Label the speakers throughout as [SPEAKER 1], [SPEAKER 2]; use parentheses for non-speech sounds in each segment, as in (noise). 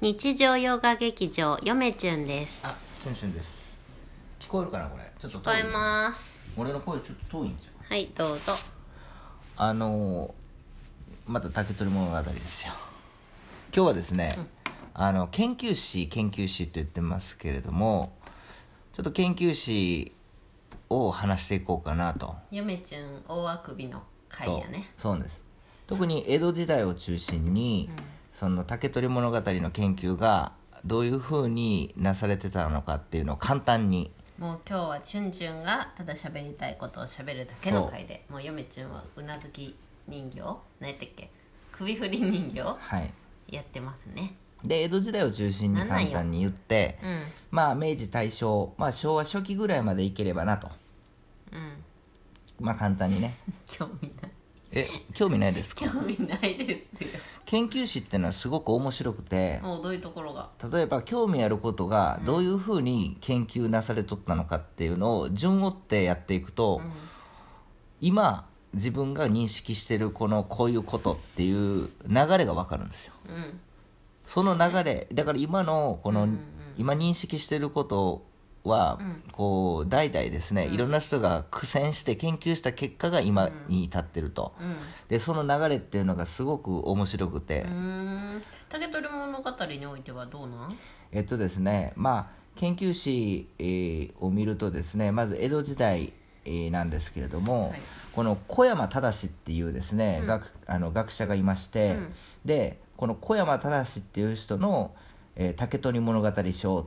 [SPEAKER 1] 日常洋画劇場よめちゅんです
[SPEAKER 2] あ、チュンチュンです。聞こえるかなこれ。ちょっと
[SPEAKER 1] 聞こえます
[SPEAKER 2] す。俺の声ちょっと遠いんじ
[SPEAKER 1] はいどうぞ
[SPEAKER 2] ゃん。あのー、また竹取物語ですよ。今日はですね、あの研究士研究士と言ってますけれども、ちょっと研究士を話していこうかなと。
[SPEAKER 1] よめちゅん大あくびの回
[SPEAKER 2] そう
[SPEAKER 1] やね
[SPEAKER 2] そうです。特に江戸時代を中心に、その竹取物語の研究がどういうふうになされてたのかっていうのを簡単に。
[SPEAKER 1] もう今日はチュンチュンがただ喋りたいことを喋るだけの回でもうよめちゅんはうなずき人形何やったっけ首振り人形
[SPEAKER 2] はい。
[SPEAKER 1] やってますね
[SPEAKER 2] で江戸時代を中心に簡単に言って、
[SPEAKER 1] うん
[SPEAKER 2] まあ明治大正、まあ、昭和初期ぐらいまでいければなと
[SPEAKER 1] うん
[SPEAKER 2] まあ簡単にね
[SPEAKER 1] 興味ない
[SPEAKER 2] え興味ないですか
[SPEAKER 1] 興味ないですよ
[SPEAKER 2] 研究史ってのはすごく面白くて
[SPEAKER 1] もうどういうところが
[SPEAKER 2] 例えば興味あることがどういうふうに研究なされとったのかっていうのを順を追ってやっていくと、今自分が認識してるこのこういうことっていう流れが分かるんですよ
[SPEAKER 1] うん
[SPEAKER 2] その流れだから今のこの、
[SPEAKER 1] うんうん
[SPEAKER 2] 今認識してることは、こう代々ですね、いろんな人が苦戦して研究した結果が今に至ってると、
[SPEAKER 1] うん
[SPEAKER 2] でその流れっていうのがすごく面白くて、
[SPEAKER 1] うーん竹取物語においてはどうなん
[SPEAKER 2] えっとですねまあ研究史、えーを見るとですねまず江戸時代、えーなんですけれども、
[SPEAKER 1] はい
[SPEAKER 2] この小山忠っていうですね、学あの学者がいまし
[SPEAKER 1] う
[SPEAKER 2] て、
[SPEAKER 1] ん
[SPEAKER 2] でこの小山忠っていう人の「えー竹取物語賞」っ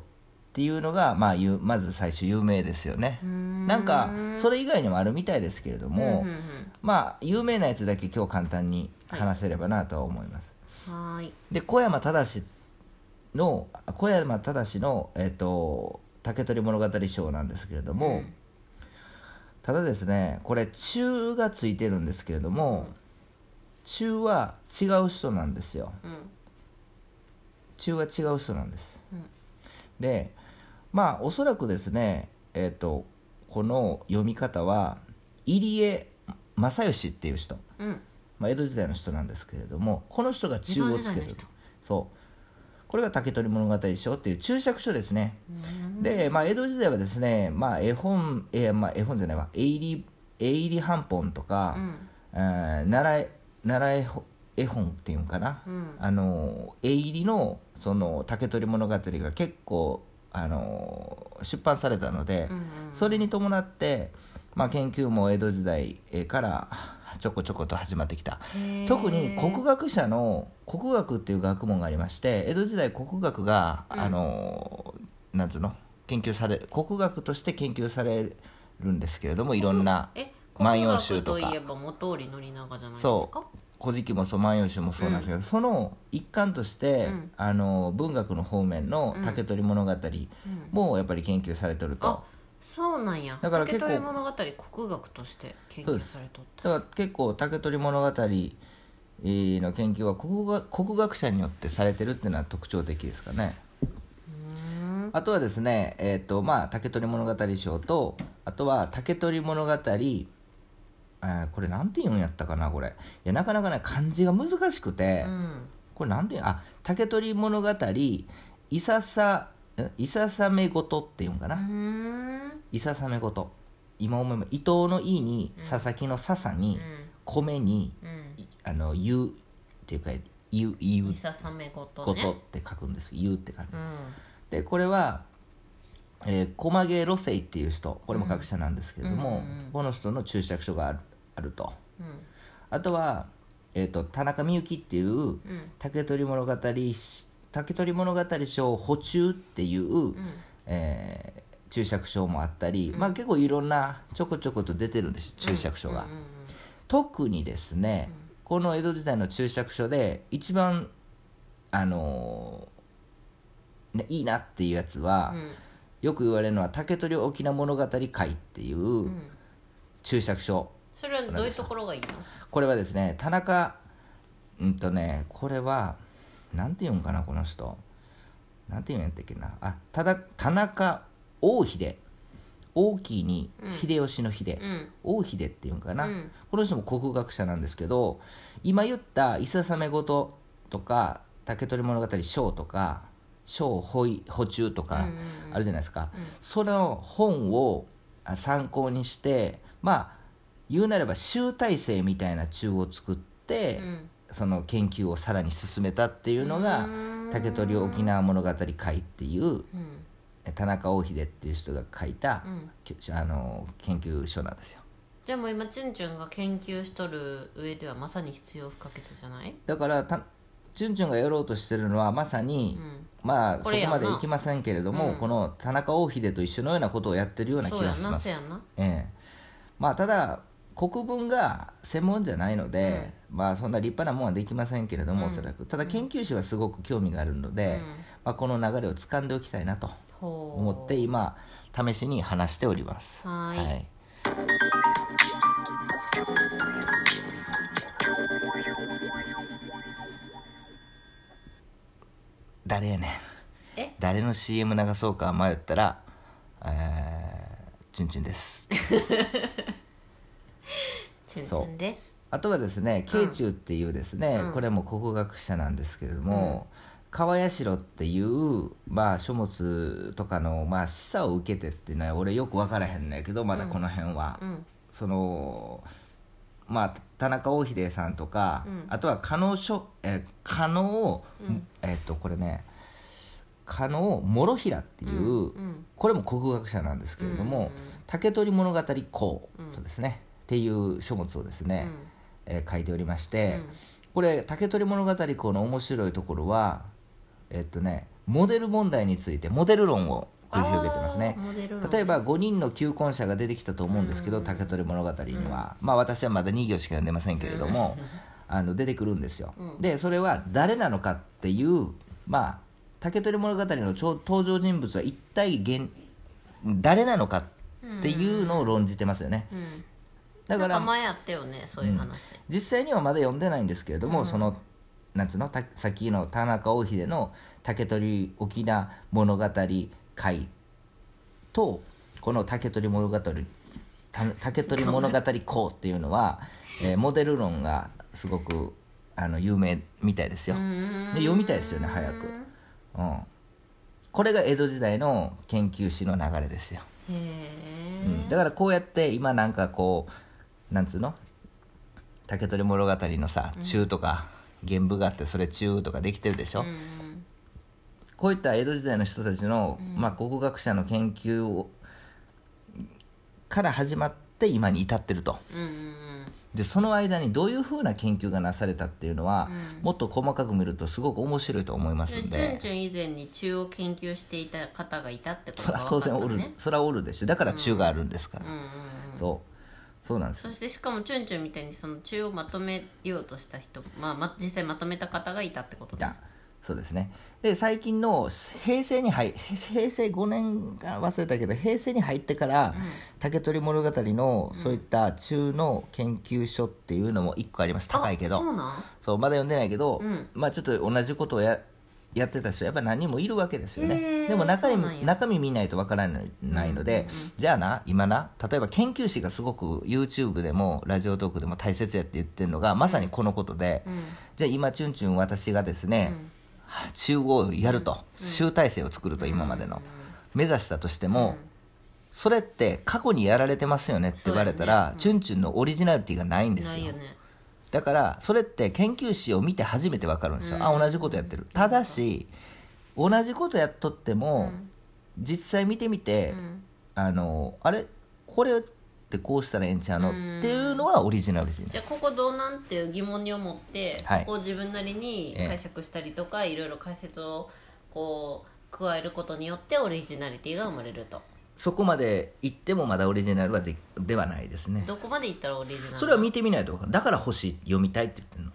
[SPEAKER 2] ていうのが、まあ、ゆまず最初有名ですよね。なんかそれ以外にもあるみたいですけれども、
[SPEAKER 1] うんうんうん
[SPEAKER 2] まあ有名なやつだけ今日簡単に話せればなとは思います。
[SPEAKER 1] はーい
[SPEAKER 2] で小山忠の小山忠の、えっと「竹取物語賞」なんですけれど
[SPEAKER 1] う
[SPEAKER 2] も、
[SPEAKER 1] ん
[SPEAKER 2] ただですねこれ「中」がついてるんですけれども「中」は違う人なんですよ
[SPEAKER 1] うん
[SPEAKER 2] 「中」は違う人なんです、でまあおそらくですねえっ、とこの読み方は入江正義っていう人
[SPEAKER 1] うん
[SPEAKER 2] まあ、江戸時代の人なんですけれどもこの人が中をつ
[SPEAKER 1] 江戸時代
[SPEAKER 2] けて
[SPEAKER 1] の
[SPEAKER 2] る
[SPEAKER 1] 人
[SPEAKER 2] そうこれが「竹取物語賞」っていう注釈書ですねで、まあ、江戸時代はですね、まあ、絵本、えーまあ、絵本じゃないわ絵入り絵入りはんぽんとか、
[SPEAKER 1] うん
[SPEAKER 2] えー習い習いほ絵本っていうんかな、
[SPEAKER 1] うん
[SPEAKER 2] あの絵入りのその竹取物語が結構あの出版されたので、
[SPEAKER 1] うんうん
[SPEAKER 2] それに伴って、まあ、研究も江戸時代えーからちょこちょこと始まってきた
[SPEAKER 1] へー
[SPEAKER 2] 特に国学者の国学っていう学問がありまして江戸時代国学が、あのなんつうの研究され国学として研究されるんですけれどもいろんな
[SPEAKER 1] え
[SPEAKER 2] 万
[SPEAKER 1] 国
[SPEAKER 2] 葉
[SPEAKER 1] 学
[SPEAKER 2] 集と
[SPEAKER 1] と
[SPEAKER 2] か
[SPEAKER 1] いえば元織宣長じゃないですか
[SPEAKER 2] そう古事記もそう万葉集もそうなんですけど、その一環として、
[SPEAKER 1] うん
[SPEAKER 2] あの文学の方面の
[SPEAKER 1] うん
[SPEAKER 2] 竹取物語もやっぱり研究されてると。
[SPEAKER 1] あそうなんや
[SPEAKER 2] だから
[SPEAKER 1] 竹
[SPEAKER 2] 結構
[SPEAKER 1] 取物語国学として研究されとった
[SPEAKER 2] だから結構竹取物語えーの研究は国語国学者によってされてるっていうのは特徴的ですかねあとはですね、えーとまあ、竹取物語賞とあとは竹取物語あーこれなんて言うんやったかなこれいやなかなかね漢字が難しくて、
[SPEAKER 1] うん
[SPEAKER 2] これなんて言うあ竹取物語いささんいささめごとっていうんかな、
[SPEAKER 1] うーん
[SPEAKER 2] いささめごと今思いま伊藤の「い」に佐々木の「ささ」に、米に
[SPEAKER 1] うんうん
[SPEAKER 2] いあの「ゆう」っていうか「ゆう」ゆ
[SPEAKER 1] いうささめご
[SPEAKER 2] 「
[SPEAKER 1] と
[SPEAKER 2] こ
[SPEAKER 1] ね
[SPEAKER 2] と」って書くんです「ゆう」って書く
[SPEAKER 1] うん
[SPEAKER 2] でこれは、えー、駒毛路生っていう人これも学者なんですけれども、
[SPEAKER 1] うんうんうん
[SPEAKER 2] この人の注釈書があるあると
[SPEAKER 1] うん
[SPEAKER 2] あとは、えー、と田中みゆきっていう
[SPEAKER 1] うん
[SPEAKER 2] 竹取物語し竹取物語賞補中っていう、
[SPEAKER 1] うん
[SPEAKER 2] えー注釈書もあったり、まあ結構いろんなちょこちょこと出てるんです注釈書が、
[SPEAKER 1] うんうん
[SPEAKER 2] 特にですね、この江戸時代の注釈書で一番あのーね、いいなっていうやつは、
[SPEAKER 1] うん
[SPEAKER 2] よく言われるのは「竹取沖縄物語会」っていう
[SPEAKER 1] う
[SPEAKER 2] うん注釈書、
[SPEAKER 1] それはどういうところがいいの
[SPEAKER 2] これはですね田中うんとねこれはなんて言うんかなこの人なんて言うんやったっけなあただ田中大秀大きいに秀吉の秀、
[SPEAKER 1] うん
[SPEAKER 2] 大秀っていうんかな、
[SPEAKER 1] うん
[SPEAKER 2] この人も国学者なんですけど今言った「いささめごと」とか「竹取物語小とか小補い補中と
[SPEAKER 1] うん
[SPEAKER 2] か
[SPEAKER 1] うんうん
[SPEAKER 2] あるじゃないですか、その本をあ参考にしてまあ言うなれば集大成みたいな中を作って、
[SPEAKER 1] うん
[SPEAKER 2] その研究をさらに進めたっていうのが
[SPEAKER 1] うん
[SPEAKER 2] 竹取沖縄物語会っていう
[SPEAKER 1] うん
[SPEAKER 2] え田中大秀っていう人が書いた、
[SPEAKER 1] うん
[SPEAKER 2] きあの研究書なんですよ
[SPEAKER 1] じゃあもう今チュンチュンが研究しとる上ではまさに必要不可欠じゃない
[SPEAKER 2] だからたチュンチュンがやろうとしてるのはまさに、
[SPEAKER 1] うん
[SPEAKER 2] まあ
[SPEAKER 1] こ
[SPEAKER 2] そこ
[SPEAKER 1] れやな
[SPEAKER 2] までいきませんけれども、
[SPEAKER 1] うん
[SPEAKER 2] この田中大秀と一緒のようなことをやってるような気
[SPEAKER 1] そうや
[SPEAKER 2] がし
[SPEAKER 1] な
[SPEAKER 2] ま
[SPEAKER 1] そ
[SPEAKER 2] す
[SPEAKER 1] うやな
[SPEAKER 2] ええまあただ国文が専門じゃないので、まあそんな立派なもんはできませんけれども、おそらくただ研究士はすごく興味があるので、まあ、この流れを掴んでおきたいなと
[SPEAKER 1] ほう
[SPEAKER 2] 思って今試しに話しております
[SPEAKER 1] はーい
[SPEAKER 2] 誰やねん
[SPEAKER 1] え
[SPEAKER 2] 誰の CM 流そうか迷ったら「えー、チュンチュンです」
[SPEAKER 1] チュンチュンです
[SPEAKER 2] あとはですね慶中っていうですね、これも国語学者なんですけれども、川八代っていう、まあ、書物とかの、まあ、示唆を受けてっていうのは俺よく分からへんねんけどまだこの辺は、
[SPEAKER 1] うん
[SPEAKER 2] そのまあ田中大秀さんとか、あとは加納書えー加納を、えーっとこれね加納諸平っていう、
[SPEAKER 1] うん
[SPEAKER 2] これも国語学者なんですけれども「竹取物語公」とですね、っていう書物をですね、えー書いておりまして、これ「竹取物語公」の面白いところはえっとねモデル問題についてモデル論を繰り広げてますね
[SPEAKER 1] あーモデル論
[SPEAKER 2] 例えば5人の求婚者が出てきたと思うんですけど「竹取物語」には、まあ私はまだ2行しか読んでませんけれども、 (laughs) あの出てくるんですよ、でそれは誰なのかっていうまあ竹取物語のちょ登場人物は一体現誰なのかっていうのを論じてますよね、
[SPEAKER 1] うん
[SPEAKER 2] だか
[SPEAKER 1] な
[SPEAKER 2] ら
[SPEAKER 1] ん前やったよねそういう話
[SPEAKER 2] 実際にはまだ読んでないんですけれども、そのなんつうのたさっきの田中大秀の「竹取沖縄物語会」とこの「竹取物語」た「竹取物語公」っていうのは、えーモデル論がすごくあの有名みたいですよ。で読みたいですよね早く、うん。これが江戸時代の研究史の流れですよ。
[SPEAKER 1] へえ
[SPEAKER 2] うんだからこうやって今なんかこうなんつうの竹取物語のさ中とか原部があってそれ中とかできてるでしょ、
[SPEAKER 1] うん
[SPEAKER 2] こういった江戸時代の人たちの、まあ考古学者の研究をから始まって今に至ってると
[SPEAKER 1] うんうん
[SPEAKER 2] でその間にどういうふうな研究がなされたっていうのは、もっと細かく見るとすごく面白いと思いま
[SPEAKER 1] チ
[SPEAKER 2] すん
[SPEAKER 1] ュンチ
[SPEAKER 2] で
[SPEAKER 1] ュンチュン以前に中を研究していた方がいたってこ
[SPEAKER 2] そ
[SPEAKER 1] とが
[SPEAKER 2] ら当
[SPEAKER 1] 分
[SPEAKER 2] 然
[SPEAKER 1] か
[SPEAKER 2] お
[SPEAKER 1] った
[SPEAKER 2] る、
[SPEAKER 1] ね
[SPEAKER 2] そらおるでしょだから中があるんですから、
[SPEAKER 1] うんうん
[SPEAKER 2] そうそうなんですよ
[SPEAKER 1] そしてしかもチュンチュンみたいにその中をまとめようとした人、まあ、ま実際まとめた方がいたってこと
[SPEAKER 2] い
[SPEAKER 1] だ
[SPEAKER 2] たそうですねで最近の平成に入平成5年か忘れたけど平成に入ってから、竹取物語のそういった中の研究所っていうのも1個あります高いけど
[SPEAKER 1] あそうなん
[SPEAKER 2] そうまだ読んでないけど、
[SPEAKER 1] うん
[SPEAKER 2] まあちょっと同じことをややってた人やっぱ何人もいるわけですよ
[SPEAKER 1] へ
[SPEAKER 2] ね
[SPEAKER 1] ー
[SPEAKER 2] でも中
[SPEAKER 1] そうなんや
[SPEAKER 2] 身中身見ないとわからないないので、じゃあな今な例えば研究士がすごく YouTube でもラジオトークでも大切やって言ってるのがまさにこのことで、じゃあ今チュンチュン私がですね、中央をやると、集大成を作ると今までの、目指したとしても、それって過去にやられてますよねって言われたら、チュンチュンのオリジナリティがないんです
[SPEAKER 1] ない
[SPEAKER 2] よ
[SPEAKER 1] よね
[SPEAKER 2] だからそれって研究誌を見て初めて分かるんですよ、あ同じことやってるただし同じことやっとっても、実際見てみて、あのあれこれってこうしたらええんちゃうの、っていうのはオリジナルです
[SPEAKER 1] じゃあここどうなんっていう疑問に思って、
[SPEAKER 2] はい
[SPEAKER 1] そこを自分なりに解釈したりとか、いろいろ解説をこう加えることによってオリジナリティが生まれると
[SPEAKER 2] そこまで行ってもまだオリジナルはでではないですね
[SPEAKER 1] どこまでいったらオリジナル
[SPEAKER 2] それは見てみないと分かるだから星読みたいって言ってるの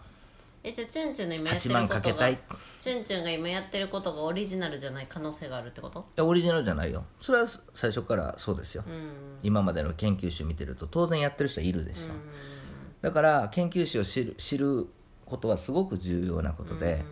[SPEAKER 1] えじゃあチュンチュンの今やって
[SPEAKER 2] 8
[SPEAKER 1] る
[SPEAKER 2] 万
[SPEAKER 1] こ
[SPEAKER 2] かけ
[SPEAKER 1] と
[SPEAKER 2] た
[SPEAKER 1] が
[SPEAKER 2] いい
[SPEAKER 1] チュンチュンが今やってることがオリジナルじゃない可能性があるってこと
[SPEAKER 2] やオリジナルじゃないよそれは最初からそうですよ、
[SPEAKER 1] うん
[SPEAKER 2] 今までの研究誌見てると当然やってる人はいるでしょ、だから研究誌を知る知ることはすごく重要なことで、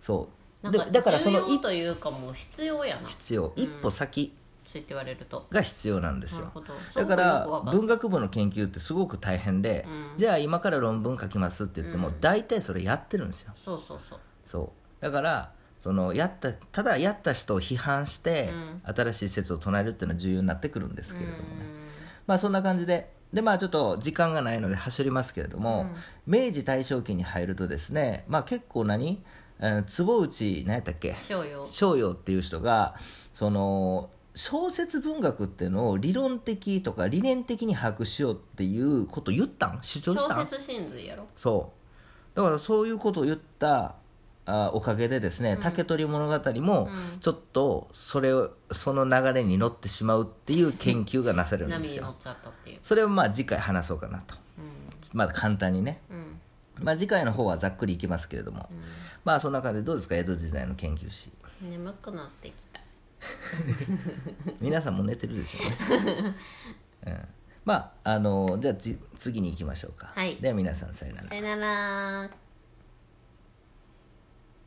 [SPEAKER 2] そ
[SPEAKER 1] な
[SPEAKER 2] う
[SPEAKER 1] ん
[SPEAKER 2] で
[SPEAKER 1] か
[SPEAKER 2] だからその
[SPEAKER 1] 重要
[SPEAKER 2] 一
[SPEAKER 1] というかもう必要やなそう
[SPEAKER 2] 必要一歩先
[SPEAKER 1] 言って言われると
[SPEAKER 2] が必要なんです
[SPEAKER 1] なる
[SPEAKER 2] よ
[SPEAKER 1] ほど
[SPEAKER 2] だ
[SPEAKER 1] そ
[SPEAKER 2] か
[SPEAKER 1] ういうことよくわ
[SPEAKER 2] ら
[SPEAKER 1] かる
[SPEAKER 2] 文学部の研究ってすごく大変で、じゃあ今から論文書きますって言っても大体それやってるんですよ
[SPEAKER 1] そうそうそう
[SPEAKER 2] そうだからそのやったただやった人を批判して、新しい説を唱えるっていうのは重要になってくるんですけれどもね、まあそんな感じででまあちょっと時間がないので走りますけれども、明治大正期に入るとですねまあ結構何、えー坪内何やったっけ
[SPEAKER 1] 商用
[SPEAKER 2] 逍遥っていう人がその小説文学っていうのを理論的とか理念的に把握しようっていうことを言ったん主張し
[SPEAKER 1] 小
[SPEAKER 2] たん
[SPEAKER 1] 説真髄やろ
[SPEAKER 2] そうだからそういうことを言ったあおかげでですね「竹取物語」もちょっとそれをその流れに乗ってしまうっていう研究がなされるん
[SPEAKER 1] 波
[SPEAKER 2] です
[SPEAKER 1] に乗
[SPEAKER 2] よ
[SPEAKER 1] っちゃったっていう
[SPEAKER 2] それをまあ次回話そうかなとまだ簡単にね
[SPEAKER 1] うんうん
[SPEAKER 2] まあ次回の方はざっくりいきますけれどもまあそんな感じでどうですか江戸時代の研
[SPEAKER 1] (laughs)
[SPEAKER 2] 究史
[SPEAKER 1] 眠くなってきた
[SPEAKER 2] 皆さんも寝てるでしょうね、うん、
[SPEAKER 1] (laughs)
[SPEAKER 2] まああのじゃあじ次に行きましょうか
[SPEAKER 1] はい
[SPEAKER 2] では皆さんさよなら
[SPEAKER 1] さよなら